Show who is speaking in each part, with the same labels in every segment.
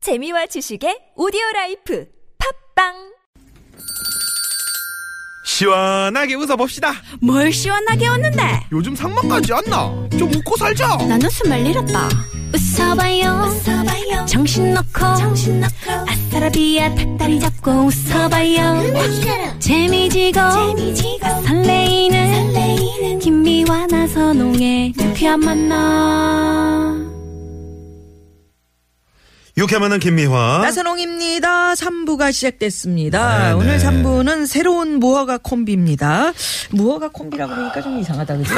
Speaker 1: 재미와 지식의 오디오 라이프 팝빵
Speaker 2: 시원하게 웃어봅시다.
Speaker 3: 뭘 시원하게 웃는데
Speaker 2: 요즘 상만까지 안 나. 좀 웃고 살자.
Speaker 3: 난 웃음을 잃었다 웃어봐요, 정신 놓고 아싸라비아 닭다리 잡고 웃어봐요 재미지고, 설레이는, 김미와 나선홍의 유쾌한 만남
Speaker 2: 유쾌 만난 김미화.
Speaker 4: 나선홍입니다. 3부가 시작됐습니다.
Speaker 2: 어? 네, 네.
Speaker 4: 오늘 3부는 새로운 무허가 콤비입니다. 무허가 콤비라고 그러니까 좀 이상하다, 그죠?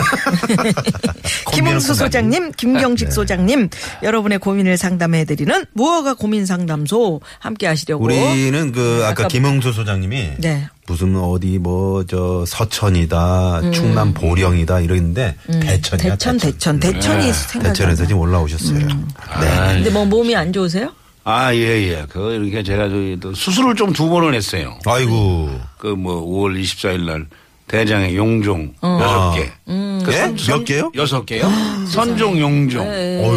Speaker 4: 김웅수 소장님,
Speaker 2: 네.
Speaker 4: 김경식 소장님, 여러분의 고민을 상담해드리는 무허가 고민 상담소 함께 하시려고.
Speaker 2: 우리는 그 아까,
Speaker 4: 음, 아까-
Speaker 2: 김홍수 소장님이
Speaker 4: 네.
Speaker 2: 무슨 어디 뭐 저 서천이다, 충남 보령이다 이러는데 대천이야.
Speaker 4: 음.
Speaker 2: 네.
Speaker 4: 대천, 대천, 대천이 생각나.
Speaker 2: 대천에서 지금 올라오셨어요. 네.
Speaker 4: 근데 뭐 몸이 안 좋으세요?
Speaker 5: 아, 예, 예. 그, 이렇게 제가 저기 또 수술을 좀 두 번을 했어요.
Speaker 2: 아이고.
Speaker 4: 음.
Speaker 5: 그 뭐, 5월 24일 날 대장에 용종
Speaker 4: 어.
Speaker 5: 여섯 개.
Speaker 4: 아, 음.
Speaker 5: 그
Speaker 2: 예?
Speaker 5: 선- 선-
Speaker 2: 몇 개요?
Speaker 5: 여섯 개요? 선종
Speaker 4: 예,
Speaker 5: 용종.
Speaker 2: 어휴.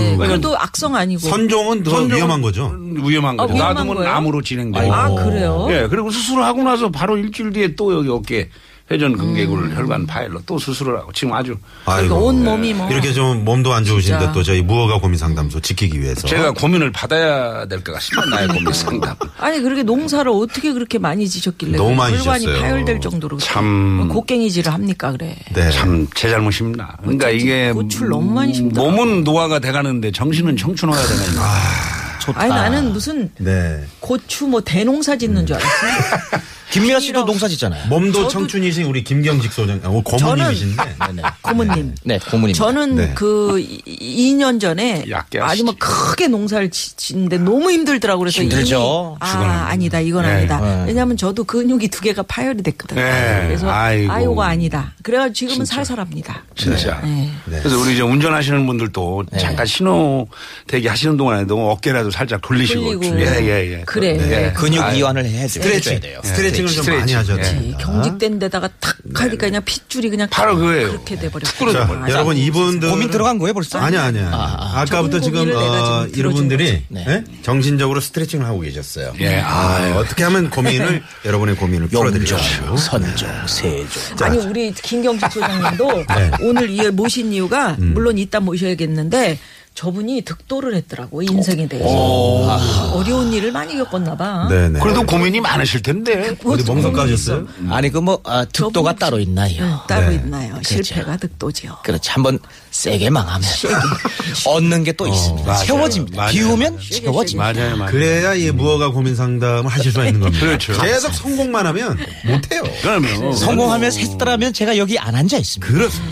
Speaker 4: 네. 그래도 뭐 악성 아니고.
Speaker 2: 선종은 더
Speaker 5: 선종은
Speaker 2: 위험한 거죠.
Speaker 5: 위험한
Speaker 4: 아,
Speaker 5: 거죠.
Speaker 4: 위험한
Speaker 5: 놔두면
Speaker 4: 거예요?
Speaker 5: 암으로 진행돼요.
Speaker 4: 아, 그래요?
Speaker 5: 예, 그리고 수술을 하고 나서 바로 일주일 뒤에 또 여기 어깨 회전 근개골
Speaker 4: 음.
Speaker 5: 혈관 파일로 또 수술을 하고 지금 아주
Speaker 2: 아이고. 네.
Speaker 4: 온 몸이 뭐.
Speaker 2: 이렇게 좀 몸도 안 좋으신데
Speaker 4: 진짜.
Speaker 2: 또 저희 무허가 고민 상담소 지키기 위해서.
Speaker 5: 제가 고민을 받아야 될 것 같습니다. 나의 고민 상담.
Speaker 4: 아니 그렇게 농사를 어떻게 그렇게 많이 지셨길래
Speaker 2: 너무 많이
Speaker 4: 골반이
Speaker 2: 지셨어요.
Speaker 4: 파열될 정도로 뭐
Speaker 5: 참.
Speaker 4: 곡괭이질을 합니까 그래?
Speaker 2: 네.
Speaker 5: 참 제 잘못입니다. 그러니까 이게 음,
Speaker 4: 고추를 너무 많이 심더라.
Speaker 5: 몸은 노화가 돼가는데 정신은 청춘화가 되는 거.
Speaker 4: 아니 나는 무슨
Speaker 2: 네.
Speaker 4: 고추 뭐 대농사 짓는 줄 알았어요.
Speaker 6: 김미아 씨도 농사 짓잖아요.
Speaker 2: 몸도 청춘이신 우리 김경직 소장, 아, 고모님이신데.
Speaker 4: 고모님.
Speaker 6: 네, 고문입니다.
Speaker 4: 저는
Speaker 2: 네.
Speaker 4: 그 이- 2년 전에
Speaker 5: 얕게
Speaker 4: 아주 막 크게 농사를 지- 짓는데 너무 힘들더라고 그래서
Speaker 6: 힘들죠.
Speaker 4: 이미 아 아니다 이건
Speaker 5: 네.
Speaker 4: 아니다
Speaker 6: 네.
Speaker 4: 왜냐하면 저도 그 근육이 두 개가 파열이 됐거든요
Speaker 5: 네.
Speaker 4: 그래서
Speaker 5: 아이고.
Speaker 4: 아 요거 아니다 그래가지고 지금은 살살합니다
Speaker 5: 진짜.
Speaker 4: 네.
Speaker 2: 네.
Speaker 5: 그래서 우리 이제 운전하시는 분들도 잠깐 신호 대기 하시는 동안에도 어깨라도 살짝 돌리시고.
Speaker 4: 돌리고.
Speaker 5: 예, 예, 예.
Speaker 4: 그래. 네.
Speaker 5: 예.
Speaker 6: 근육
Speaker 5: 아유,
Speaker 6: 이완을 해야 스트레칭. 돼요.
Speaker 2: 스트레칭을 좀 많이
Speaker 5: 스트레칭.
Speaker 2: 하셔야
Speaker 5: 예.
Speaker 2: 됩니다.
Speaker 4: 네, 경직된 데다가 탁 하니까 그냥 핏줄이 그냥
Speaker 5: 바로 그거예요.
Speaker 4: 그렇게 돼버렸어요
Speaker 2: 네. 자,
Speaker 4: 아,
Speaker 2: 여러분
Speaker 4: 나-
Speaker 2: 이분들
Speaker 6: 고민 들어간 거예요, 벌써?
Speaker 2: 아니야 아니야. 아, 까부터
Speaker 4: 좋은
Speaker 2: 지금
Speaker 4: 고민을 내가
Speaker 2: 어,
Speaker 4: 지금 들어준
Speaker 2: 여러분들이
Speaker 6: 거지.
Speaker 2: 예? 정신적으로 스트레칭을 하고 계셨어요.
Speaker 5: 예, 아유.
Speaker 2: 아, 어떻게 하면 고민을 여러분의 고민을
Speaker 6: 영종,
Speaker 2: 풀어드리죠.
Speaker 6: 선종, 세종.
Speaker 4: 아니 우리 김경식 소장님도
Speaker 2: 네.
Speaker 4: 오늘 이 모신 이유가
Speaker 2: 음.
Speaker 4: 물론 이따 모셔야겠는데 저분이 득도를 했더라고 인생에 대해서 아. 어려운 일을 많이 겪었나 봐.
Speaker 2: 아.
Speaker 4: 뭐
Speaker 2: 네네.
Speaker 5: 그래도 고민이 많으실 텐데.
Speaker 2: 어디 멍석 가셨어요?
Speaker 6: 아니, 그 뭐, 아, 득도가 따로
Speaker 4: 응,
Speaker 6: 있나요?
Speaker 4: 어, 따로
Speaker 2: 네.
Speaker 4: 있나요? 실패가 득도지요.
Speaker 6: 그렇지. 한번 세게 망하면. 얻는 게 또 있습니다.
Speaker 5: 어, 맞아요.
Speaker 6: 채워집니다.
Speaker 5: 맞아요.
Speaker 6: 비우면 채워집니다.
Speaker 5: 맞아요, 맞아요.
Speaker 2: 그래야 이 무허가 고민 상담을 하실 수가 있는 겁니다.
Speaker 5: 그렇죠.
Speaker 2: 계속 성공만 하면 못해요.
Speaker 5: 그러면.
Speaker 6: 성공하면 셋더라면 제가 여기 안 앉아 있습니다.
Speaker 2: 그렇습니다.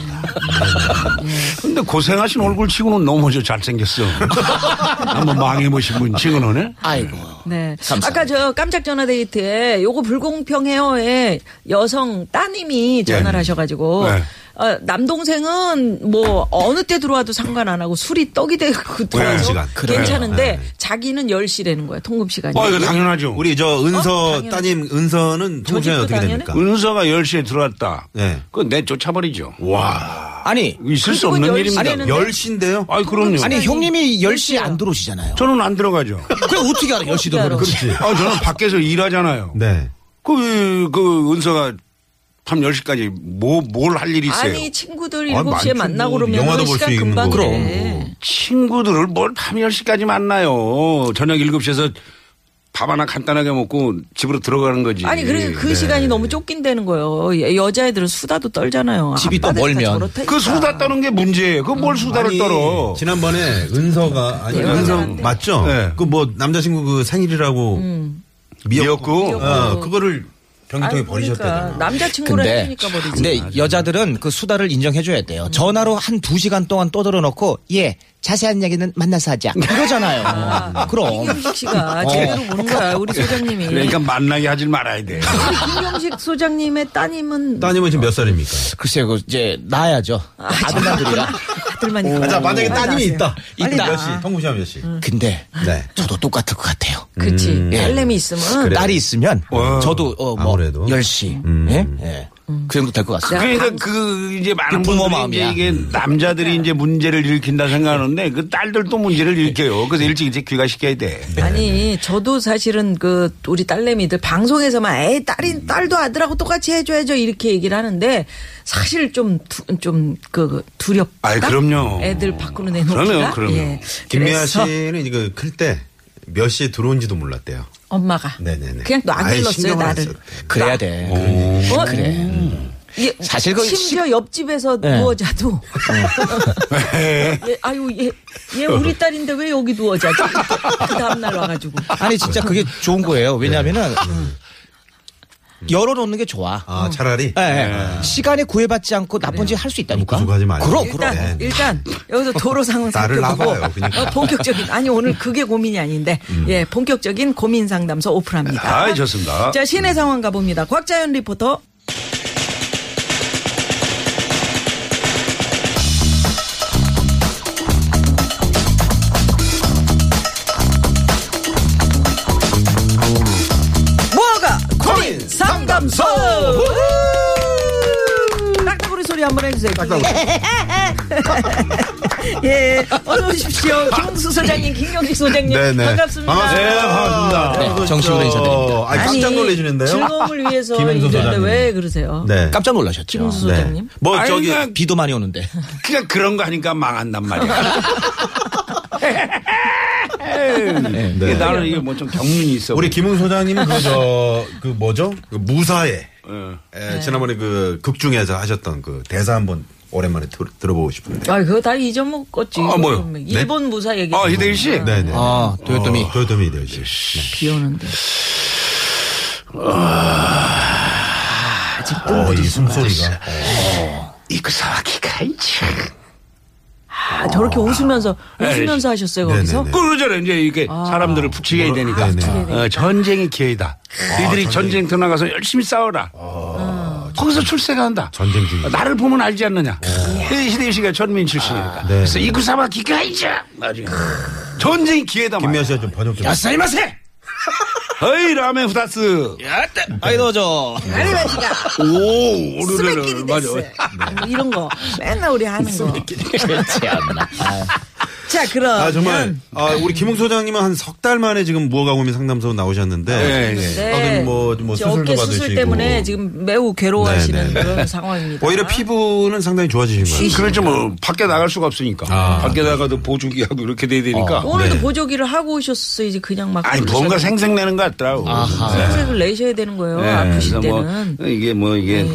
Speaker 5: 근데 고생하신 얼굴 치고는 너무 먼저 잘생겼어. 한번 망해보신 분 치고는.
Speaker 6: 아이고.
Speaker 4: 네.
Speaker 6: 감사합니다.
Speaker 4: 아까 저 깜짝 전화 데이트에 요거 불공평해요에 예. 여성 따님이 전화를
Speaker 2: 예.
Speaker 5: 네.
Speaker 4: 하셔가지고
Speaker 5: 네.
Speaker 4: 어, 남동생은 뭐 어느 때 들어와도 상관 안 하고 술이 떡이 되고
Speaker 2: 통금
Speaker 4: 들어와도
Speaker 2: 시간. 네.
Speaker 6: 그래요.
Speaker 4: 괜찮은데 자기는 10시라는 거야 통금 시간이.
Speaker 5: 어, 이거 당연하죠. 우리
Speaker 2: 우리 저
Speaker 4: 어?
Speaker 2: 은서
Speaker 4: 당연히.
Speaker 2: 따님 은서는
Speaker 4: 저
Speaker 2: 통신이
Speaker 4: 집도
Speaker 2: 어떻게
Speaker 4: 당연히.
Speaker 2: 됩니까?
Speaker 5: 은서가 10시에 들어왔다.
Speaker 2: 네.
Speaker 5: 그건 내쫓아버리죠.
Speaker 2: 와.
Speaker 6: 아니,
Speaker 5: 있을 수
Speaker 4: 그건
Speaker 5: 없는
Speaker 4: 10시
Speaker 5: 일입니다.
Speaker 4: 아니에요.
Speaker 2: 열시인데요
Speaker 5: 아이, 그럼요.
Speaker 6: 아니, 그렇죠. 형님이 10시에 안 들어오시잖아요.
Speaker 5: 저는 안 들어가죠.
Speaker 6: 그래, 어떻게 알아? 10시
Speaker 4: 어떻게 알아?
Speaker 6: 들어오는 지
Speaker 5: 아, 저는 밖에서 일하잖아요.
Speaker 2: 네.
Speaker 5: 그, 그, 은서가 밤 10시까지 뭐, 뭘 할 일이 있어요?
Speaker 4: 아니 친구들
Speaker 2: 아, 많죠.
Speaker 4: 7시에 만나고 그러면
Speaker 2: 영화도 볼수
Speaker 4: 시간
Speaker 2: 있는
Speaker 4: 금방
Speaker 2: 거고.
Speaker 4: 그래.
Speaker 5: 친구들을 뭘 밤 10시까지 만나요. 저녁 7시에서 밥 하나 간단하게 먹고 집으로 들어가는 거지.
Speaker 4: 아니
Speaker 2: 예,
Speaker 4: 그러니까
Speaker 2: 네.
Speaker 4: 그 시간이 너무 쫓긴다는 거예요. 예, 여자애들은 수다도 떨잖아요.
Speaker 6: 집이 또
Speaker 4: 아빠들이 다
Speaker 6: 멀면.
Speaker 4: 저렇다니까.
Speaker 5: 그 수다 떠는 게 문제예요. 그 뭘 수다를
Speaker 2: 아니,
Speaker 5: 떨어.
Speaker 2: 지난번에 은서가 아니
Speaker 4: 연락이
Speaker 2: 은서
Speaker 4: 안 돼.
Speaker 2: 맞죠?
Speaker 5: 네.
Speaker 2: 그 뭐 남자친구 그 생일이라고 미역국,
Speaker 5: 미역국.
Speaker 2: 어, 그거를 변기통에
Speaker 4: 음. 아니,
Speaker 2: 버리셨다잖아.
Speaker 4: 그러니까 남자친구라
Speaker 6: 근데,
Speaker 4: 했으니까 버리지.
Speaker 6: 근데 여자들은 그 수다를 인정해줘야 돼요. 전화로 한 두 시간 동안 떠들어놓고, 예, 자세한 이야기는 만나서 하자. 이거잖아요. 그럼.
Speaker 4: 김경식 씨가
Speaker 2: 어.
Speaker 4: 제대로 모는 거야 우리 소장님이.
Speaker 5: 그러니까 만나게 하질 말아야 돼.
Speaker 4: 김경식 소장님의 따님은
Speaker 2: 따님은 지금 몇 살입니까?
Speaker 6: 글쎄요, 그 이제 낳아야죠. 아들만 둘이라.
Speaker 4: 아들만 있고.
Speaker 2: 아, 자, 만약에
Speaker 4: 빨리 음.
Speaker 2: 따님이
Speaker 4: 낳으세요.
Speaker 2: 있다.
Speaker 6: 빨리
Speaker 2: 몇
Speaker 6: 낳아.
Speaker 2: 시? 통구시험 몇 시?
Speaker 6: 근데
Speaker 2: 네.
Speaker 6: 저도 똑같을 것 같아요.
Speaker 4: 그치.
Speaker 2: 음.
Speaker 6: 예.
Speaker 4: 딸내미 있으면
Speaker 6: 딸이 있으면 저도 어, 뭐
Speaker 2: 아무래도.
Speaker 6: 10시. 예? 예. 그 정도 될 것 같습니다.
Speaker 5: 그러니까 그 이제 많은
Speaker 6: 부모
Speaker 5: 분들이
Speaker 6: 마음이야.
Speaker 5: 이제 이게 남자들이 이제 문제를 일으킨다 생각하는데 그 딸들도 문제를 일으켜요. 그래서 일찍 이제 귀가시켜야 돼.
Speaker 4: 아니 저도 사실은 그 우리 딸내미들 방송에서만 에이 딸인 딸도 아들하고 똑같이 해줘야죠 이렇게 얘기를 하는데 사실 좀 좀 그 두렵다.
Speaker 5: 아이, 그럼요.
Speaker 4: 애들 밖으로 내놓기가. 예.
Speaker 5: 그럼요, 그럼요.
Speaker 2: 김미아
Speaker 4: 그래서
Speaker 2: 씨는 이거 클 때 몇 시에 들어온지도 몰랐대요.
Speaker 4: 엄마가
Speaker 2: 네네네.
Speaker 4: 그냥
Speaker 2: 아예
Speaker 4: 놔둘렀어요
Speaker 2: 신경을 안
Speaker 4: 나를.
Speaker 2: 썼대요.
Speaker 6: 그래야 돼.
Speaker 4: 어?
Speaker 6: 그래.
Speaker 4: 예,
Speaker 6: 사실 그
Speaker 4: 심지어 옆집에서
Speaker 6: 네.
Speaker 4: 누워 자도 예, 아유 얘, 얘 우리 딸인데 왜 여기 누워 자지? 그 다음 날 와가지고
Speaker 6: 아니 진짜 그게 좋은 거예요. 왜냐하면은 열어놓는 게 좋아.
Speaker 2: 아 차라리
Speaker 6: 예, 예. 시간에 구애받지 않고 나쁜 짓 할 수 있다니까.
Speaker 2: 구속하지 말고.
Speaker 6: 어, 그럼 그럼. 예.
Speaker 4: 일단
Speaker 2: 네.
Speaker 4: 일단 여기서 도로 상황
Speaker 2: 나를
Speaker 4: 살펴보고
Speaker 2: 나가요, 그러니까.
Speaker 4: 어, 본격적인 아니 오늘 그게 고민이 아닌데 예 본격적인 고민 상담소 오픈합니다.
Speaker 5: 아이, 좋습니다.
Speaker 4: 자 시내 상황 가봅니다. 곽자연 리포터. 무허가 고민 상담소. 딱딱구리 소리 한번 해주세요. 예, 어서 오십시오. 김웅수 소장님, 김경식 소장님,
Speaker 2: 네네.
Speaker 4: 예, 반갑습니다.
Speaker 2: 반갑습니다. 네, 반갑습니다.
Speaker 6: 네, 정식으로 인사드립니다.
Speaker 2: 아니, 깜짝 놀라시는데요.
Speaker 4: 즐거움을 위해서
Speaker 2: 김은수
Speaker 4: 이랬는데
Speaker 2: 소장님.
Speaker 4: 왜 그러세요?
Speaker 2: 네.
Speaker 6: 깜짝 놀라셨죠.
Speaker 4: 김은수 소장님.
Speaker 6: 뭐
Speaker 5: 아니,
Speaker 6: 저기
Speaker 5: 그냥-
Speaker 6: 비도 많이 오는데.
Speaker 5: 그러니까 그런 거 하니까 망한단 말이야. 이게 네. 나는 이게 뭐 좀 경륜이 있어.
Speaker 2: 네. 우리 김웅 소장님은 그저그 뭐죠? 그 무사에
Speaker 5: 예.
Speaker 2: 에, 지난번에 그 극중에서 하셨던 그 대사 한번 오랜만에 들- 들어보고 싶은데.
Speaker 4: 아, 그거 다 잊어먹었지.
Speaker 5: 아,
Speaker 2: 네?
Speaker 5: 뭐요?
Speaker 4: 그러면 일본 무사 얘기. 뭐
Speaker 5: 아, 이대일 씨?
Speaker 2: 네네.
Speaker 6: 아, 도요토미.
Speaker 2: 어, 도요토미 이대일 씨.
Speaker 4: 비 오는데.
Speaker 2: 네. 어, 이 숨소리가.
Speaker 5: 이쿠사와키가 있지.
Speaker 4: 아, 저렇게 웃으면서, 웃으면서 하셨어요, 거기서?
Speaker 2: 아, 예. 네네네.
Speaker 5: 그러잖아요. 이제 이렇게 사람들을 부추겨야 되니까.
Speaker 2: 네네. 아,
Speaker 5: 어, 전쟁의 기회다. 이들이 전쟁터 나가서 열심히 싸워라. 거기서 출세한다.
Speaker 2: 전쟁 중이다.
Speaker 5: 나를 보면 알지 않느냐. 희대일 씨가 전민 출신이니까.
Speaker 2: 네.
Speaker 5: 그래서 이쿠사와 기가이자. 나중에. 전쟁의 기회다.
Speaker 2: 김미아
Speaker 5: 말이야.
Speaker 2: 씨가 좀 번역 좀.
Speaker 5: 야사이마세! 어이, 라멘 후다스.
Speaker 6: 아이도 저.
Speaker 2: 네.
Speaker 4: 아니, 왜 지가.
Speaker 5: 오,
Speaker 4: 스매끼리
Speaker 5: 오르르르. 맞아.
Speaker 4: 됐어. 뭐 이런 거. 맨날 우리 하는 거.
Speaker 6: 그렇지 않나.
Speaker 4: 자, 그럼.
Speaker 2: 아 정말 아, 우리 김웅 소장님은 한 석 달 만에 지금 무허가 고민 상담소 나오셨는데
Speaker 5: 네, 네.
Speaker 2: 어떤 뭐, 뭐
Speaker 4: 이제
Speaker 2: 수술도
Speaker 4: 어깨
Speaker 2: 받으시고 네,
Speaker 4: 수술 때문에 지금 매우 괴로워하시는 그런 상황입니다.
Speaker 2: 오히려 피부는 상당히 좋아지신 거예요.
Speaker 5: 그렇죠 뭐 밖에 나갈 수가 없으니까 밖에 나가도 보조기하고 이렇게 돼야 되니까
Speaker 4: 오늘도
Speaker 2: 네.
Speaker 4: 보조기를 하고 오셨어요. 이제 그냥 막.
Speaker 5: 아니 뭔가 생색내는 것 같더라고
Speaker 4: 색을 내셔야 되는 거예요.
Speaker 5: 네,
Speaker 4: 아프실
Speaker 5: 그래서
Speaker 4: 때는. 네.
Speaker 5: 뭐 이게 뭐 이게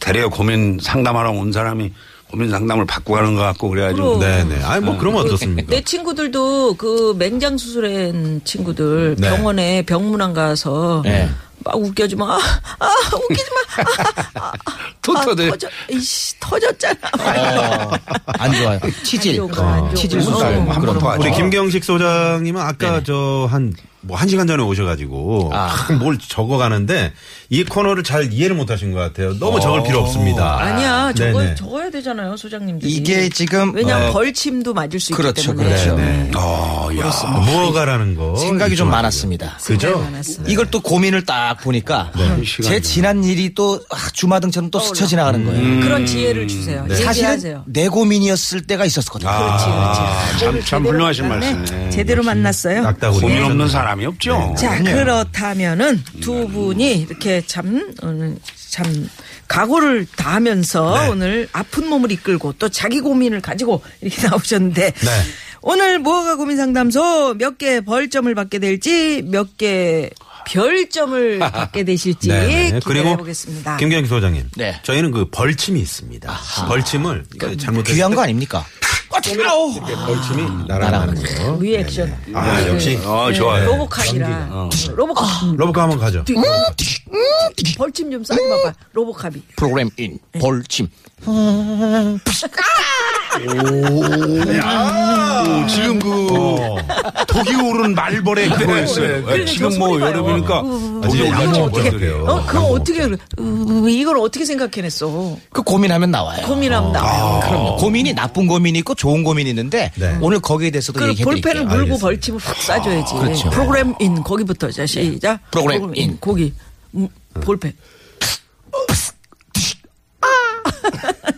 Speaker 5: 대려 고민 상담하러 온 사람이 고민 상담을 받고 가는 것 같고 그래가지고
Speaker 4: 그럼.
Speaker 2: 네네. 아니 뭐 그러면 어떻습니까?
Speaker 4: 내
Speaker 6: 네.
Speaker 4: 친구들도 그 맹장 수술한 친구들
Speaker 2: 네.
Speaker 4: 병원에 병문안 가서
Speaker 6: 네.
Speaker 4: 막 웃겨주면 아, 아 웃기지 마. 아, 아, 아,
Speaker 5: 토토들.
Speaker 4: 아, 터져, 이씨 터졌잖아.
Speaker 6: 어, 안 좋아요. 치질. 어,
Speaker 4: 안 좋은 거, 안 어, 좋은 거.
Speaker 6: 치질
Speaker 4: 무슨
Speaker 6: 수술.
Speaker 5: 소리야, 한번
Speaker 6: 그런
Speaker 5: 더
Speaker 6: 거.
Speaker 5: 하죠.
Speaker 2: 우리 김경식 소장님은 아까 저 한 뭐 한 시간 전에 오셔가지고 참 뭘 적어가는데 이 코너를 잘 이해를 못하신 것 같아요. 너무 적을 필요 없습니다.
Speaker 4: 아니야 저거
Speaker 2: 네네.
Speaker 4: 적어야 되잖아요 소장님들.
Speaker 6: 이게 지금
Speaker 4: 왜냐면
Speaker 6: 어,
Speaker 4: 벌침도 맞을 수
Speaker 6: 그렇죠,
Speaker 4: 있기 때문에.
Speaker 6: 그렇죠.
Speaker 4: 네.
Speaker 5: 어, 야.
Speaker 2: 무허가라는 아, 거
Speaker 6: 생각이 좀 많았습니다.
Speaker 4: 네.
Speaker 2: 그죠?
Speaker 4: 많았어.
Speaker 6: 이걸 또 고민을 딱 보니까
Speaker 4: 네.
Speaker 6: 제 지난 일이 또 아, 주마등처럼 또 스쳐 지나가는 거예요.
Speaker 4: 그런 지혜를 주세요.
Speaker 6: 사실은
Speaker 4: 네. 얘기하세요.
Speaker 6: 내 고민이었을 때가 있었거든요.
Speaker 5: 아, 참, 참 훌륭하신
Speaker 4: 네.
Speaker 5: 말씀
Speaker 6: 네.
Speaker 5: 네.
Speaker 7: 제대로 만났어요.
Speaker 2: 낙다구리.
Speaker 5: 고민 없는 사람이
Speaker 4: 네.
Speaker 5: 없죠
Speaker 7: 자, 그렇다면은 두 분이 이렇게 참, 오늘 참, 각오를 다하면서
Speaker 5: 네.
Speaker 7: 오늘 아픈 몸을 이끌고 또 자기 고민을 가지고 이렇게 나오셨는데
Speaker 5: 네.
Speaker 7: 오늘 무허가 고민 상담소 몇 개 벌점을 받게 될지 몇 개 별점을 받게 되실지
Speaker 2: 네.
Speaker 7: 기대해 보겠습니다.
Speaker 2: 김경식 소장님.
Speaker 6: 네.
Speaker 2: 저희는 그 벌침이 있습니다. 벌침을 잘못
Speaker 6: 귀한 거 아닙니까?
Speaker 4: 네.
Speaker 2: 벌침이 날아가는
Speaker 7: 어,
Speaker 2: 거.
Speaker 5: 네,
Speaker 4: 리액션.
Speaker 2: 아 역시
Speaker 5: 어
Speaker 4: 네.
Speaker 5: 좋아요 네.
Speaker 4: 로보캅이라
Speaker 7: 어,
Speaker 4: 로보캅
Speaker 5: 음,
Speaker 2: 러브가 한번 가죠.
Speaker 4: 벌침 좀 싸게 봐봐 로보캅이
Speaker 6: 프로그램 인
Speaker 4: 네.
Speaker 6: 벌침.
Speaker 5: 오, 지금 그 독이 오른 말벌의 네. 그거였어요
Speaker 4: 그래,
Speaker 5: 지금
Speaker 4: 저
Speaker 5: 뭐
Speaker 4: 소리 봐요.
Speaker 5: 여러분이니까 독이
Speaker 2: 지금
Speaker 5: 올랐지
Speaker 2: 양쪽
Speaker 5: 뭐야,
Speaker 2: 어떻게-
Speaker 5: 그래요.
Speaker 4: 어 그거 어떻게 으, 이걸 어떻게 생각해냈어
Speaker 6: 그 고민하면 나와요.
Speaker 4: 고민하면 나와요
Speaker 6: 그럼요. 뭐 고민이 나쁜 고민이 있고 좋은 고민이 있는데
Speaker 2: 네.
Speaker 6: 오늘 거기에 대해서도
Speaker 4: 그
Speaker 6: 얘기해
Speaker 4: 볼펜을
Speaker 6: 드릴게요.
Speaker 4: 물고 벌침을 확 쏴줘야지.
Speaker 6: 그렇죠.
Speaker 4: 프로그램 인 거기부터 자 시작.
Speaker 6: 프로그램 인.
Speaker 4: 거기 음, 볼펜.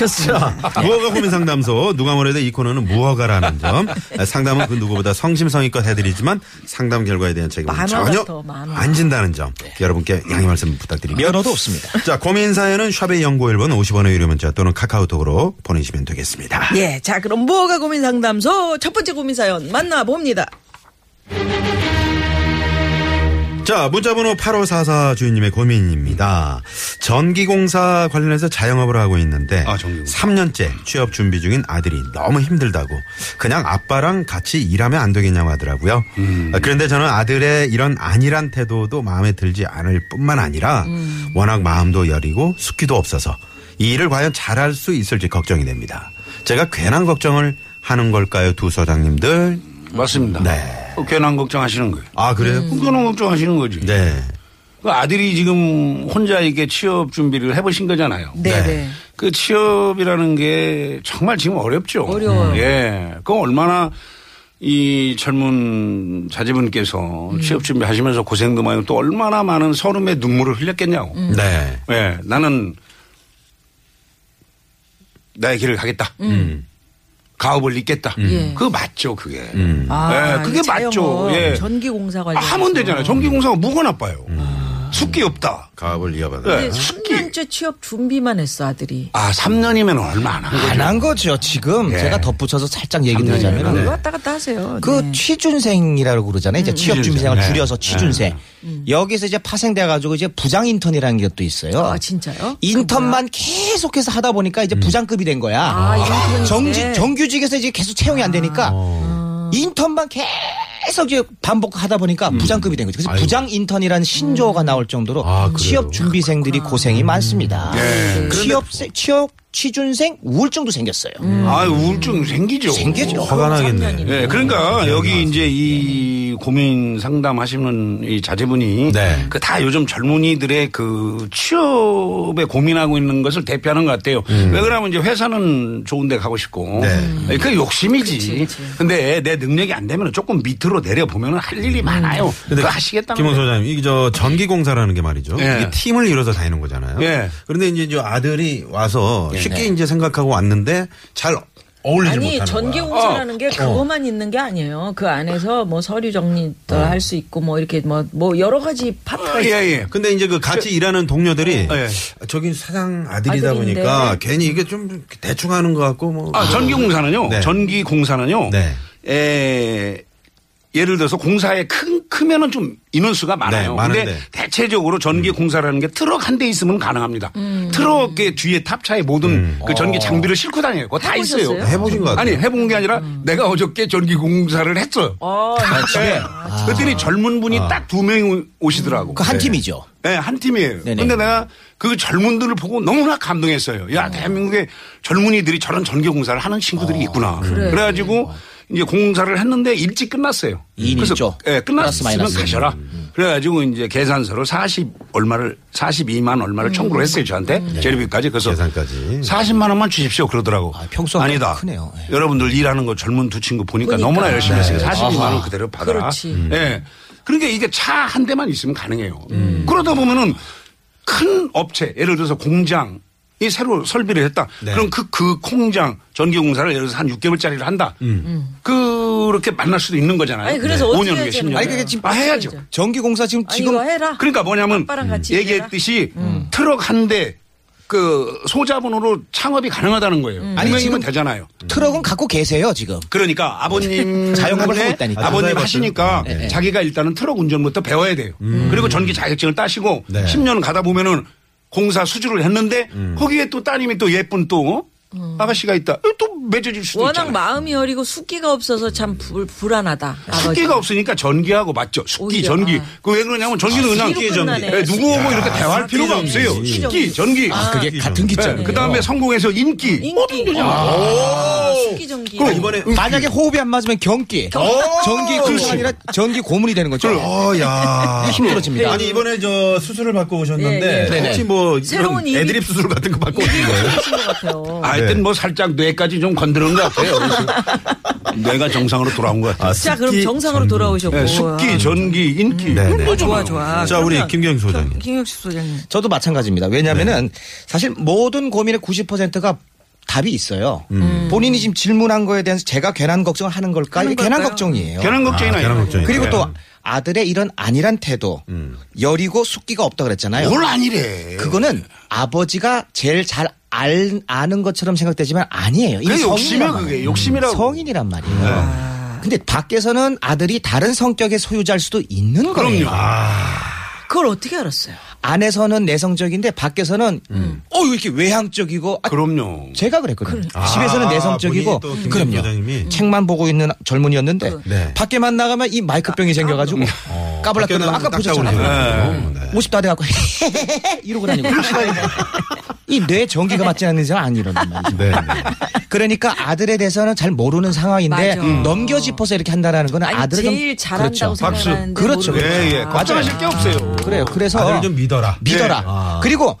Speaker 7: 좋습니다.
Speaker 2: 무허가 고민 상담소 누가 뭐래도 이 코너는 무허가라는 점 상담은 그 누구보다 성심성의껏 해드리지만 상담 결과에 대한 책임은
Speaker 4: 만화가
Speaker 2: 전혀
Speaker 4: 더 많아. 네.
Speaker 2: 안 진다는 점 여러분께 양해 말씀 부탁드립니다.
Speaker 6: 면허도 없습니다.
Speaker 2: 자 고민 사연은 샵의 연구 1번 50원의 유료 문자 또는 카카오톡으로 보내시면 되겠습니다.
Speaker 7: 예, 자 그럼 무허가 고민 상담소 첫 번째 고민 사연 만나봅니다.
Speaker 2: 자, 문자번호 8544 주인님의 고민입니다. 전기공사 관련해서 자영업을 하고 있는데
Speaker 5: 아, 전기공사.
Speaker 2: 3년째 취업 준비 중인 아들이 너무 힘들다고 그냥 아빠랑 같이 일하면 안 되겠냐고 하더라고요.
Speaker 5: 음.
Speaker 2: 아, 그런데 저는 아들의 이런 안일한 태도도 마음에 들지 않을 뿐만 아니라 워낙 마음도 여리고 숙기도 없어서 이 일을 과연 잘할 수 있을지 걱정이 됩니다. 제가 괜한 걱정을 하는 걸까요, 두 소장님들?
Speaker 5: 맞습니다.
Speaker 2: 네.
Speaker 5: 어, 괜한 걱정하시는 거예요.
Speaker 2: 아, 그래요?
Speaker 5: 괜한 걱정하시는 거지.
Speaker 2: 네.
Speaker 5: 그 아들이 지금 혼자 이게 취업 준비를 해보신 거잖아요.
Speaker 4: 네,
Speaker 2: 네.
Speaker 4: 네.
Speaker 5: 그 취업이라는 게 정말 지금 어렵죠.
Speaker 4: 어려워요.
Speaker 5: 예. 그 얼마나 이 젊은 자제분께서
Speaker 4: 음.
Speaker 5: 취업 준비하시면서 고생도 많이 하고 또 얼마나 많은 서름의 눈물을 흘렸겠냐고.
Speaker 2: 네.
Speaker 5: 예. 나는 나의 길을 가겠다. 음. 가업을 잇겠다.
Speaker 4: 예.
Speaker 5: 그거 맞죠, 그게.
Speaker 2: 음.
Speaker 5: 예, 그게 맞죠.
Speaker 4: 아, 자영업,
Speaker 5: 예.
Speaker 4: 전기공사
Speaker 5: 아,
Speaker 4: 관련.
Speaker 5: 하면 되잖아요. 전기공사가 뭐가 나빠요. 숙기 없다.
Speaker 2: 가업을 이어받아.
Speaker 5: 네. 숙기.
Speaker 4: 3년째 취업 준비만 했어 아들이.
Speaker 5: 아, 3년이면 얼마 안 한 거죠.
Speaker 6: 안 한 거죠. 지금
Speaker 5: 예.
Speaker 6: 제가 덧붙여서 살짝 얘기
Speaker 4: 그거
Speaker 6: 드리자면
Speaker 5: 네.
Speaker 4: 왔다 갔다 하세요.
Speaker 6: 그
Speaker 4: 네.
Speaker 6: 취준생이라고 그러잖아요. 이제 취업 준비생을
Speaker 5: 네.
Speaker 6: 줄여서 취준생. 여기서 이제 파생돼 가지고 이제 부장 인턴이라는 것도 있어요.
Speaker 4: 아 진짜요?
Speaker 6: 인턴만 계속해서 하다 보니까 이제 부장급이 된 거야.
Speaker 4: 아, 인턴인데.
Speaker 6: 정지, 정규직에서 이제 계속 채용이 안 되니까 인턴만 계속 이제 반복하다 보니까 부장급이 된 거죠. 그래서 부장 인턴이라는 신조어가 나올 정도로
Speaker 2: 아, 그래요?
Speaker 6: 취업 준비생들이 고생이 많습니다. 음.
Speaker 5: 예.
Speaker 6: 취업생, 취업 취준생 우울증도 생겼어요.
Speaker 4: 음.
Speaker 5: 아, 우울증 생기죠.
Speaker 6: 생기죠.
Speaker 2: 어,
Speaker 4: 그
Speaker 2: 화가 나겠네.
Speaker 5: 네, 그러니까 여기 이제 이 고민 상담하시는 이 자제분이
Speaker 2: 네.
Speaker 5: 그 다 요즘 젊은이들의 그 취업에 고민하고 있는 것을 대표하는 것 같아요. 왜 그러면 이제 회사는 좋은데 가고 싶고
Speaker 2: 음. 네.
Speaker 5: 그 욕심이지. 근데 내 능력이 안 되면 조금 밑으로 내려 보면은 할 일이 많아요. 그거 하시겠다는
Speaker 2: 음. 김원
Speaker 5: 거예요.
Speaker 2: 소장님, 이게 저 전기공사라는 게 말이죠.
Speaker 5: 예.
Speaker 2: 이게 팀을 이뤄서 다니는 거잖아요.
Speaker 5: 예.
Speaker 2: 그런데 이제 저 아들이 와서
Speaker 5: 네,
Speaker 2: 쉽게 이제 생각하고 왔는데 잘 어울리지
Speaker 4: 그
Speaker 2: 못하는
Speaker 4: 아니
Speaker 2: 거야.
Speaker 4: 전기공사라는 게 그것만 있는 게 아니에요. 그 안에서 뭐 서류 정리도 할 수 있고 뭐 이렇게 뭐 뭐 여러 가지 파트가
Speaker 5: 예,
Speaker 4: 있어요.
Speaker 5: 예.
Speaker 2: 근데 이제 그 같이 일하는 동료들이
Speaker 5: 예.
Speaker 2: 저기 사장 아들이다
Speaker 4: 네. 아들인데.
Speaker 2: 보니까 괜히 이게 좀 대충 하는 것 같고 뭐.
Speaker 5: 아, 전기공사는요.
Speaker 2: 네.
Speaker 5: 전기공사는요.
Speaker 2: 네.
Speaker 5: 에, 예를 들어서 공사에 큰, 크면은 좀 인원수가 많아요.
Speaker 2: 네, 많은데.
Speaker 5: 근데 대체적으로 전기공사라는 게 트럭 한 대 있으면 가능합니다. 트럭의 뒤에 탑차에 모든 그 전기 장비를 싣고 다녀요. 그거 다 있어요.
Speaker 2: 음.
Speaker 4: 해보셨어요?
Speaker 2: 어. 해보신 것 같아요.
Speaker 5: 아니, 해본 게 아니라 내가 어저께 전기공사를 했어요.
Speaker 4: 어,
Speaker 5: 네.
Speaker 2: 아.
Speaker 5: 그랬더니 젊은 분이 딱 두 명이 오시더라고.
Speaker 2: 그러니까
Speaker 6: 그 한 팀이죠.
Speaker 5: 예, 한 팀이에요.
Speaker 6: 네네.
Speaker 5: 근데 내가 그 젊은들을 보고 너무나 감동했어요.
Speaker 6: 음.
Speaker 5: 야, 대한민국에 젊은이들이 저런 전기공사를 하는
Speaker 6: 어,
Speaker 5: 친구들이 있구나. 그래. 가지고 이제 공사를 했는데 일찍 끝났어요.
Speaker 6: 이인 일조.
Speaker 5: 예,
Speaker 6: 플러스
Speaker 5: 끝났으면
Speaker 6: 마이너스. 음,
Speaker 5: 가셔라. 그래가지고 이제 계산서로 40 얼마를 42만 얼마를 청구를 했어요 저한테
Speaker 6: 음,
Speaker 5: 재료비까지 그래서
Speaker 2: 계산까지.
Speaker 5: 40만 원만 주십시오 그러더라고.
Speaker 6: 네. 아, 평소가
Speaker 5: 니다
Speaker 6: 크네요. 예.
Speaker 5: 여러분들 일하는 거 젊은 두 친구 보니까
Speaker 4: 그러니까.
Speaker 5: 너무나 열심히 했으니까
Speaker 4: 네.
Speaker 5: 42만
Speaker 6: 아하.
Speaker 5: 원 그대로 받아라.
Speaker 4: 그렇지.
Speaker 5: 예. 그러니까 이게 차 한 대만 있으면 가능해요. 그러다 보면은 큰 업체, 예를 들어서 공장, 이 새로 설비를 했다.
Speaker 2: 네.
Speaker 5: 그럼 그, 그 공장, 전기공사를 예를 들어서 한 6개월짜리를 한다. 그렇게 만날 수도 있는 거잖아요. 네.
Speaker 4: 아니, 그래서 어떻게
Speaker 5: 5년
Speaker 4: 해야 되는
Speaker 5: 후에 10년 후에.
Speaker 4: 거예요? 아니, 그게
Speaker 6: 지금
Speaker 5: 아, 해야죠.
Speaker 6: 전기공사 지금
Speaker 4: 아니,
Speaker 6: 지금
Speaker 4: 이거 해라.
Speaker 5: 그러니까 뭐냐면
Speaker 4: 아빠랑 같이 음.
Speaker 5: 얘기했듯이 트럭 한 대, 그 소자본으로 창업이 가능하다는 거예요.
Speaker 4: 음.
Speaker 6: 아니,
Speaker 5: 아니, 지금
Speaker 6: 지금
Speaker 5: 되잖아요.
Speaker 6: 트럭은 갖고 계세요 지금.
Speaker 5: 그러니까 아버님
Speaker 6: 자영업을 하고 있다니까.
Speaker 5: 아버님
Speaker 2: 아,
Speaker 5: 하시니까
Speaker 6: 네.
Speaker 5: 자기가 일단은 트럭 운전부터 배워야 돼요. 그리고 전기 자격증을 따시고
Speaker 2: 네.
Speaker 5: 10년 가다 보면은 공사 수주를 했는데 거기에 또 따님이 또 예쁜 또 어? 아가씨가 있다. 또 맺어질 수도
Speaker 4: 음. 워낙
Speaker 5: 있잖아요.
Speaker 4: 마음이 여리고 숙기가 없어서 참 불, 불안하다. 아버지.
Speaker 5: 숙기가 없으니까 전기하고 맞죠. 숙기,
Speaker 4: 오히려,
Speaker 5: 전기.
Speaker 4: 아.
Speaker 5: 그 왜 그러냐면 전기는 그냥
Speaker 4: 숙기로 끝나네.
Speaker 5: 예, 누구하고 이렇게 대화할 필요가
Speaker 2: 숙기전기.
Speaker 5: 없어요. 숙기, 전기.
Speaker 6: 아, 그게 같은 기점.
Speaker 5: 그 다음에 성공해서 인기.
Speaker 4: 인기. 아, 숙기 정기.
Speaker 5: 어. 그럼
Speaker 2: 이번에
Speaker 6: 어. 만약에 호흡이 안 맞으면 경기. 어, 전기 공사 아니라 전기 고문이 되는 거죠.
Speaker 2: 어, 야.
Speaker 4: 네.
Speaker 6: 힘들어집니다.
Speaker 2: 아니 이번에 저 수술을 받고
Speaker 4: 예,
Speaker 2: 오셨는데
Speaker 6: 예.
Speaker 2: 혹시 뭐 이런
Speaker 4: 새로운 일이-
Speaker 2: 애드립 수술 같은 거 받고 오신 거예요?
Speaker 4: 하신 것 같아요.
Speaker 2: 네.
Speaker 5: 하여튼 뭐 살짝 뇌까지 좀 건드는 것 같아요. 그래서 뇌가 정상으로 돌아온 것 같아요.
Speaker 4: 자, 그럼 정상으로 돌아오셨고.
Speaker 5: 예, 숙기, 전기, 인기.
Speaker 2: 뭐, 네, 네.
Speaker 5: 뭐
Speaker 7: 좋아 좋아.
Speaker 2: 자, 우리
Speaker 7: 그러면
Speaker 2: 김경희 소장님.
Speaker 7: 김경식 소장님.
Speaker 6: 저도 마찬가지입니다. 왜냐하면은 사실 모든 고민의 90%가 답이 있어요. 본인이 지금 질문한 거에 대해서 제가 괜한 걱정을 음. 하는 걸까? 이게 괜한 걱정이에요.
Speaker 5: 결혼 걱정이나
Speaker 2: 아, 결혼 걱정이
Speaker 6: 그리고
Speaker 2: 네.
Speaker 6: 또 아들의 이런 안일한 태도, 여리고 숙기가 없다 그랬잖아요.
Speaker 5: 뭘 아니래.
Speaker 6: 그거는 아버지가 제일 잘 알, 아는 것처럼 생각되지만 아니에요. 이게
Speaker 5: 그게 욕심이야,
Speaker 6: 성인이란
Speaker 5: 그게.
Speaker 6: 말이에요. 음,
Speaker 5: 욕심이라고.
Speaker 6: 성인이란 말이에요. 근데 밖에서는 아들이 다른 성격의 소유자일 수도 있는 거예요.
Speaker 5: 그럼요.
Speaker 4: 그걸 어떻게 알았어요?
Speaker 6: 안에서는 내성적인데 밖에서는 어 이렇게 외향적이고 아,
Speaker 5: 그럼요.
Speaker 6: 제가 그랬거든요.
Speaker 2: 아,
Speaker 6: 집에서는 내성적이고
Speaker 2: 본인이 또 김
Speaker 6: 그럼요.
Speaker 2: 부장님이.
Speaker 6: 책만 보고 있는 젊은이였는데
Speaker 2: 네.
Speaker 6: 밖에만 나가면 이 마이크병이 생겨가지고 까불락까불락 아까 보셨잖아요. 네.
Speaker 5: 네.
Speaker 2: 보셨잖아요.
Speaker 6: 50도 안 돼갖고 이러고 다니고 이 뇌 전기가 맞지 않는 이상 안 이런단 말이죠.
Speaker 2: 네.
Speaker 6: 그러니까 아들에 대해서는 잘 모르는 상황인데 음,
Speaker 4: 맞아.
Speaker 6: 넘겨짚어서 이렇게 한다라는 건
Speaker 4: 아니
Speaker 6: 아들은
Speaker 4: 제일 잘한다고 생각하는데
Speaker 6: 그렇죠.
Speaker 4: 모르는
Speaker 5: 예, 예.
Speaker 4: 거야.
Speaker 5: 걱정하실 게 없어요.
Speaker 6: 그래요. 그래서
Speaker 2: 아들 좀 믿어라.
Speaker 6: 믿어라.
Speaker 2: 네. 아.
Speaker 6: 그리고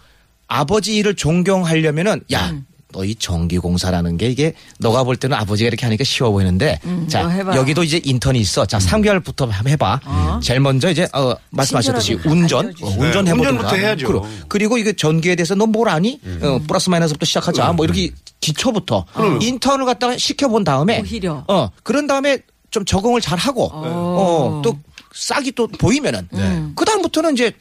Speaker 6: 아버지 일을 존경하려면은 야.
Speaker 4: 음.
Speaker 6: 너 이 전기공사라는 게 이게 너가 볼 때는 아버지가 이렇게 하니까 쉬워 보이는데
Speaker 4: 음, 너
Speaker 6: 자
Speaker 4: 해봐.
Speaker 6: 여기도 이제 인턴이 있어 자
Speaker 5: 음.
Speaker 6: 3개월부터 해봐 제일 먼저 이제 어, 말씀하셨듯이
Speaker 4: 친절하게
Speaker 6: 운전
Speaker 4: 알려주시죠.
Speaker 6: 어, 운전
Speaker 5: 네,
Speaker 6: 해보든가
Speaker 5: 운전부터 해야죠. 음.
Speaker 6: 그리고, 그리고 이게 전기에 대해서 너 뭘 아니 어, 플러스 마이너스부터 시작하자 뭐 이렇게 기초부터 인턴을 갖다가 시켜본 다음에
Speaker 4: 오히려.
Speaker 6: 어 그런 다음에 좀 적응을 잘 하고 어, 또 싹이 또 보이면은 그 다음부터는 이제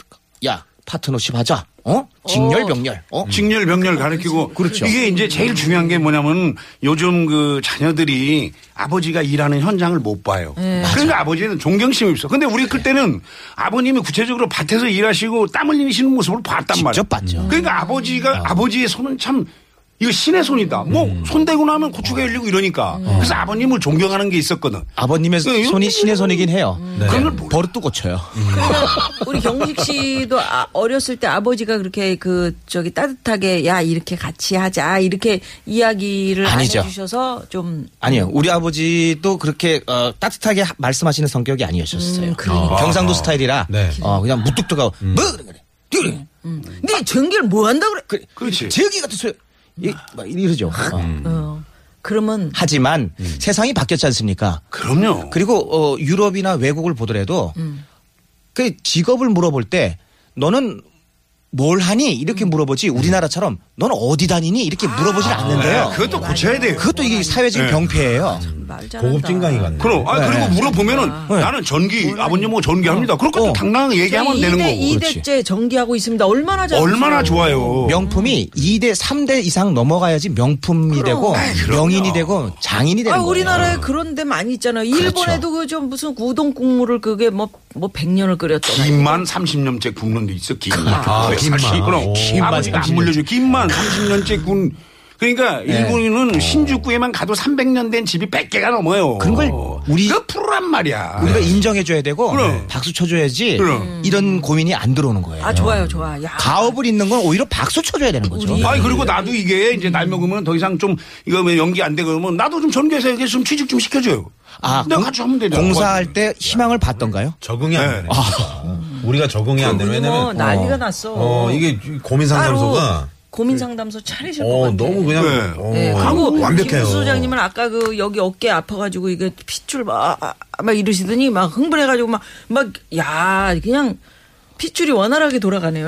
Speaker 6: 야 파트너십 하자 어 직렬 병렬 어
Speaker 5: 직렬 병렬 가르치고
Speaker 6: 그렇죠.
Speaker 5: 이게 이제 제일 중요한 게 뭐냐면 요즘 그 자녀들이 아버지가 일하는 현장을 못 봐요. 그러니까 아버지는 존경심이 없어. 근데 우리 그때는 아버님이 구체적으로 밭에서 일하시고 땀 흘리시는 모습을 봤단 말이에요.
Speaker 6: 직접 봤죠. 음.
Speaker 5: 그러니까 아버지가 아버지의 손은 참 이거 신의 손이다. 뭐 손대고 나면 고추가 열리고 이러니까.
Speaker 6: 음.
Speaker 5: 그래서 아버님을 존경하는 게 있었거든.
Speaker 6: 아버님의
Speaker 5: 네,
Speaker 6: 손이
Speaker 5: 이거는-
Speaker 6: 신의 손이긴 해요
Speaker 4: 음.
Speaker 6: 네.
Speaker 5: 그런 걸 몰라.
Speaker 6: 버릇도 고쳐요
Speaker 4: 그러면 우리 경식 씨도 아- 어렸을 때 아버지가 그렇게 그 저기 따뜻하게 야 이렇게 같이 하자 이렇게 이야기를 안
Speaker 6: 아니죠.
Speaker 4: 해주셔서 좀
Speaker 6: 아니요 우리 아버지도 그렇게 어, 따뜻하게 하- 말씀하시는 성격이 아니셨어요
Speaker 4: 그러니까.
Speaker 6: 경상도 스타일이라
Speaker 2: 네.
Speaker 6: 어, 그냥 무뚝뚝하고 뭐 음. 그래 그래 그래
Speaker 4: 네 전기를 뭐 한다 그래?
Speaker 6: 그래
Speaker 5: 그렇지.
Speaker 6: 저기 같은 소리 이- 막 이러죠 어.
Speaker 4: 어, 그러면
Speaker 6: 하지만 세상이 바뀌었지 않습니까
Speaker 5: 그럼요.
Speaker 6: 그리고 어, 유럽이나 외국을 보더라도
Speaker 4: 음.
Speaker 6: 그 직업을 물어볼 때 너는 뭘 하니 이렇게
Speaker 4: 음.
Speaker 6: 물어보지 우리나라처럼 너는 어디 다니니
Speaker 4: 아.
Speaker 6: 이렇게 물어보질 않는데요.
Speaker 5: 네, 그것도 고쳐야 돼요.
Speaker 6: 그것도 이게 사회적인
Speaker 5: 네.
Speaker 6: 병폐예요.
Speaker 4: 말 잘한다.
Speaker 2: 고급진 강의 같네.
Speaker 5: 그럼 아 그리고
Speaker 6: 네.
Speaker 5: 물어보면은 나는 전기 아버님은 뭐 전기합니다. 그렇게 또
Speaker 6: 어.
Speaker 5: 당당하게 얘기하면 되는 거고.
Speaker 4: 2대째 전기하고 있습니다. 얼마나 잘
Speaker 5: 얼마나 좋아요.
Speaker 6: 명품이 2대 3대 이상 넘어가야지 명품이 되고 명인이 되고 장인이 되는
Speaker 4: 아,
Speaker 6: 거예요.
Speaker 4: 우리나라에 그런 데 많이 있잖아요. 일본에도 그 좀 무슨 우동 국물을 그게 뭐, 뭐 100년을 끓였더라.
Speaker 5: 김만 30년째 굽는 데 있어. 김만.
Speaker 2: 아,
Speaker 5: 그래,
Speaker 2: 김만.
Speaker 5: 사실.
Speaker 2: 오.
Speaker 5: 그럼
Speaker 2: 김만
Speaker 5: 아버지가 안
Speaker 2: 30년.
Speaker 5: 물려줘. 김만 30년째 군. 그러니까
Speaker 6: 네.
Speaker 5: 일본인은 신주쿠에만 가도 300년 된 집이 100개가 넘어요.
Speaker 6: 어. 그런 걸 우리-
Speaker 5: 그 프로란 말이야.
Speaker 6: 아, 우리가 인정해줘야 되고
Speaker 5: 네. 그럼.
Speaker 6: 박수 쳐줘야지
Speaker 5: 그럼.
Speaker 6: 이런 고민이 안 들어오는 거예요.
Speaker 4: 아, 좋아요, 좋아. 야.
Speaker 6: 가업을 잇는 건 오히려 박수 쳐줘야 되는 거죠.
Speaker 4: 우리-
Speaker 5: 아니
Speaker 6: 네.
Speaker 5: 그리고 나도 이게 이제 나이 먹으면 더 이상 좀 이거 왜 연기 안 돼 그러면 나도 좀 전교에서 이렇게 좀 취직 좀 시켜줘요.
Speaker 6: 아,
Speaker 5: 내가
Speaker 6: 공-
Speaker 5: 같이 하면 되잖아.
Speaker 6: 공사할 때 희망을 봤던가요?
Speaker 2: 적응이 안 되네. 어. 우리가 적응이 안 되네.
Speaker 4: 그분이 뭐
Speaker 2: 왜냐면
Speaker 4: 난리가 났어.
Speaker 2: 어, 이게 고민 상담소가
Speaker 4: 고민 상담소 차리실 것
Speaker 2: 어,
Speaker 4: 같아.
Speaker 2: 너무 그냥
Speaker 5: 네.
Speaker 2: 어,
Speaker 4: 네, 그리고
Speaker 2: 완벽해요.
Speaker 4: 김 소장님은 아까 그 여기 어깨 아파가지고 이게 핏줄 막, 막 이러시더니 막 흥분해가지고 막, 막, 야, 그냥 핏줄이 원활하게 돌아가네요.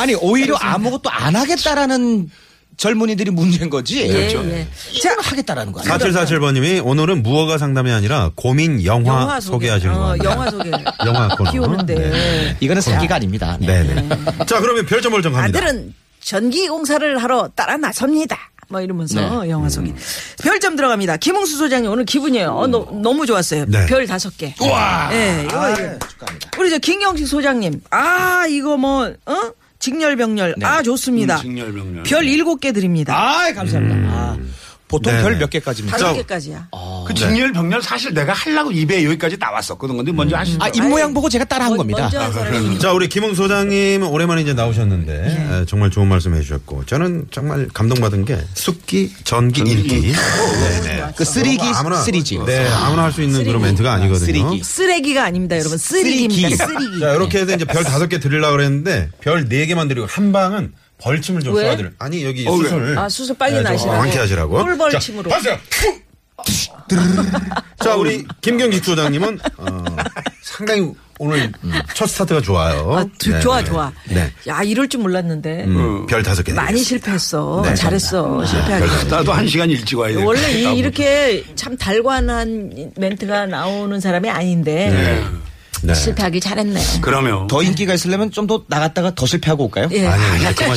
Speaker 6: 아니 오히려 아무것도 안 하겠다라는 젊은이들이 문제인 거지.
Speaker 4: 그렇죠. 예.
Speaker 6: 자 하겠다라는 거야.
Speaker 2: 4747번님이 오늘은 무허가 상담이 아니라 고민 영화,
Speaker 4: 영화 소개.
Speaker 2: 소개하시는 거
Speaker 4: 어,
Speaker 2: 같아요.
Speaker 4: 영화 소개.
Speaker 2: 영화 코너.
Speaker 4: 비 오는데.
Speaker 6: 이거는 사기가 아닙니다. 네.
Speaker 2: 네. 네. 자, 그러면 별점 월정 갑니다.
Speaker 4: 아들은 전기 공사를 하러 따라 나섭니다. 막 이러면서
Speaker 2: 네.
Speaker 4: 영화 속에
Speaker 2: 음.
Speaker 4: 별점 들어갑니다. 김웅수 소장님 오늘 기분이에요. 어, 너, 너무 좋았어요.
Speaker 2: 네. 아,
Speaker 4: 별 다섯 개. 우와. 예, 이거, 이거. 우리 저 김경식 소장님. 아 이거 뭐 어? 직렬병렬.
Speaker 2: 네.
Speaker 4: 아 좋습니다.
Speaker 5: 음, 직렬병렬.
Speaker 4: 별 일곱 개 드립니다.
Speaker 6: 아 감사합니다. 아, 보통
Speaker 2: 네.
Speaker 6: 별 몇 개까지입니까?
Speaker 4: 다섯
Speaker 2: 자,
Speaker 4: 개까지야.
Speaker 2: 어,
Speaker 5: 그 직렬 병렬 사실 내가 하려고 입에 여기까지 나왔었거든. 근데 먼저 하시죠.
Speaker 6: 아 입모양 보고 제가 따라한
Speaker 4: 먼-
Speaker 6: 겁니다.
Speaker 4: 먼저
Speaker 2: 아,
Speaker 4: 한 사람이
Speaker 2: 자, 우리 김웅 소장님 오랜만에 이제 나오셨는데 에, 정말 좋은 말씀 해주셨고 저는 정말 감동받은 게 숙기 전기 인기
Speaker 6: 그 쓰리기 쓰리지.
Speaker 2: 뭐 네, 아무나 할 수 있는 그런 멘트가 아니거든요.
Speaker 6: 쓰리기.
Speaker 4: 쓰레기가 아닙니다, 여러분. 쓰레기입니다.
Speaker 6: 쓰레기.
Speaker 4: 쓰레기.
Speaker 2: 자, 이렇게 해서 이제 별 다섯 개 드리려고 그랬는데 별 네 개만 드리고 한 방은 벌침을 좀
Speaker 4: 왜?
Speaker 2: 쏴드려. 아니 여기
Speaker 5: 왜?
Speaker 2: 수술.
Speaker 4: 아, 수술 빨리 나시라고.
Speaker 2: 네, 완쾌 하시라고.
Speaker 4: 꿀벌침으로.
Speaker 2: 자, 발사! 자, 우리 김경식 소장님은 어, 상당히 오늘 첫 스타트가 좋아요.
Speaker 4: 아, 주-
Speaker 2: 네,
Speaker 4: 좋아
Speaker 2: 네.
Speaker 4: 좋아.
Speaker 2: 네.
Speaker 4: 야 이럴 줄 몰랐는데
Speaker 2: 음, 별 다섯 개.
Speaker 4: 많이
Speaker 2: 드리겠습니다.
Speaker 4: 실패했어.
Speaker 2: 네.
Speaker 4: 잘했어. 실패하기.
Speaker 2: 별로 안
Speaker 5: 나도 한 시간 일찍 와야 돼.
Speaker 4: 원래 이, 이렇게 참 달관한 멘트가 나오는 사람이 아닌데
Speaker 2: 네.
Speaker 4: 실패하기 잘했네.
Speaker 5: 예. 그러면
Speaker 6: 더 인기가 있으려면 좀 더 나갔다가 더 실패하고 올까요?
Speaker 4: 예.
Speaker 2: 아니, 그렇죠.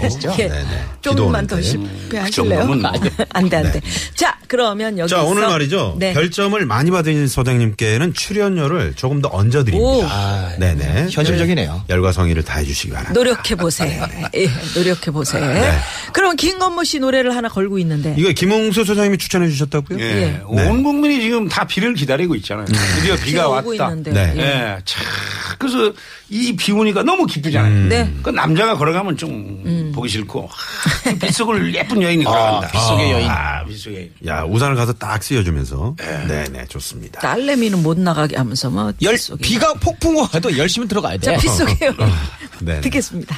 Speaker 2: 이제 그만하시죠. 네,
Speaker 4: 예. 조금만 더
Speaker 5: 그
Speaker 4: 실패하실래요?
Speaker 5: 정도면 뭐.
Speaker 4: 안 돼, 안 돼. 자, 그러면 여기서.
Speaker 2: 네. 자, 오늘 말이죠.
Speaker 4: 네.
Speaker 2: 별점을 많이 받으신 소장님께는 출연료를 조금 더 얹어드립니다.
Speaker 4: 오.
Speaker 6: 아,
Speaker 2: 네네. 예,
Speaker 6: 현실적이네요.
Speaker 2: 열과 성의를 다해 주시기 바랍니다.
Speaker 4: 노력해보세요.
Speaker 2: 아, 네.
Speaker 4: 예, 노력해보세요. 그럼 김건모 씨 노래를 하나 걸고 있는데.
Speaker 2: 이거 김홍수 소장님이 추천해 주셨다고요?
Speaker 5: 예. 온 국민이 지금 다 비를 기다리고 있잖아요. 드디어 비가
Speaker 4: 비가 오고
Speaker 5: 왔다.
Speaker 4: 있는데.
Speaker 2: 네.
Speaker 5: 예. 참, 그래서 이 비 오니까 너무 기쁘잖아요.
Speaker 4: 네.
Speaker 5: 그 남자가 걸어가면 좀 보기 싫고 아, 그 빗속을 예쁜 여인이 걸어간다.
Speaker 6: 빗속의 여인.
Speaker 5: 아, 빗속의 여인.
Speaker 2: 야, 우산을 가서 딱 씌워주면서.
Speaker 6: 예.
Speaker 2: 네네, 좋습니다.
Speaker 4: 딸내미는 못 나가게 하면서 뭐.
Speaker 6: 열,
Speaker 4: 빗속에.
Speaker 6: 비가 폭풍우 와도 열심히 들어가야 돼.
Speaker 4: 자, 빗속에요.
Speaker 2: 네.
Speaker 4: 듣겠습니다.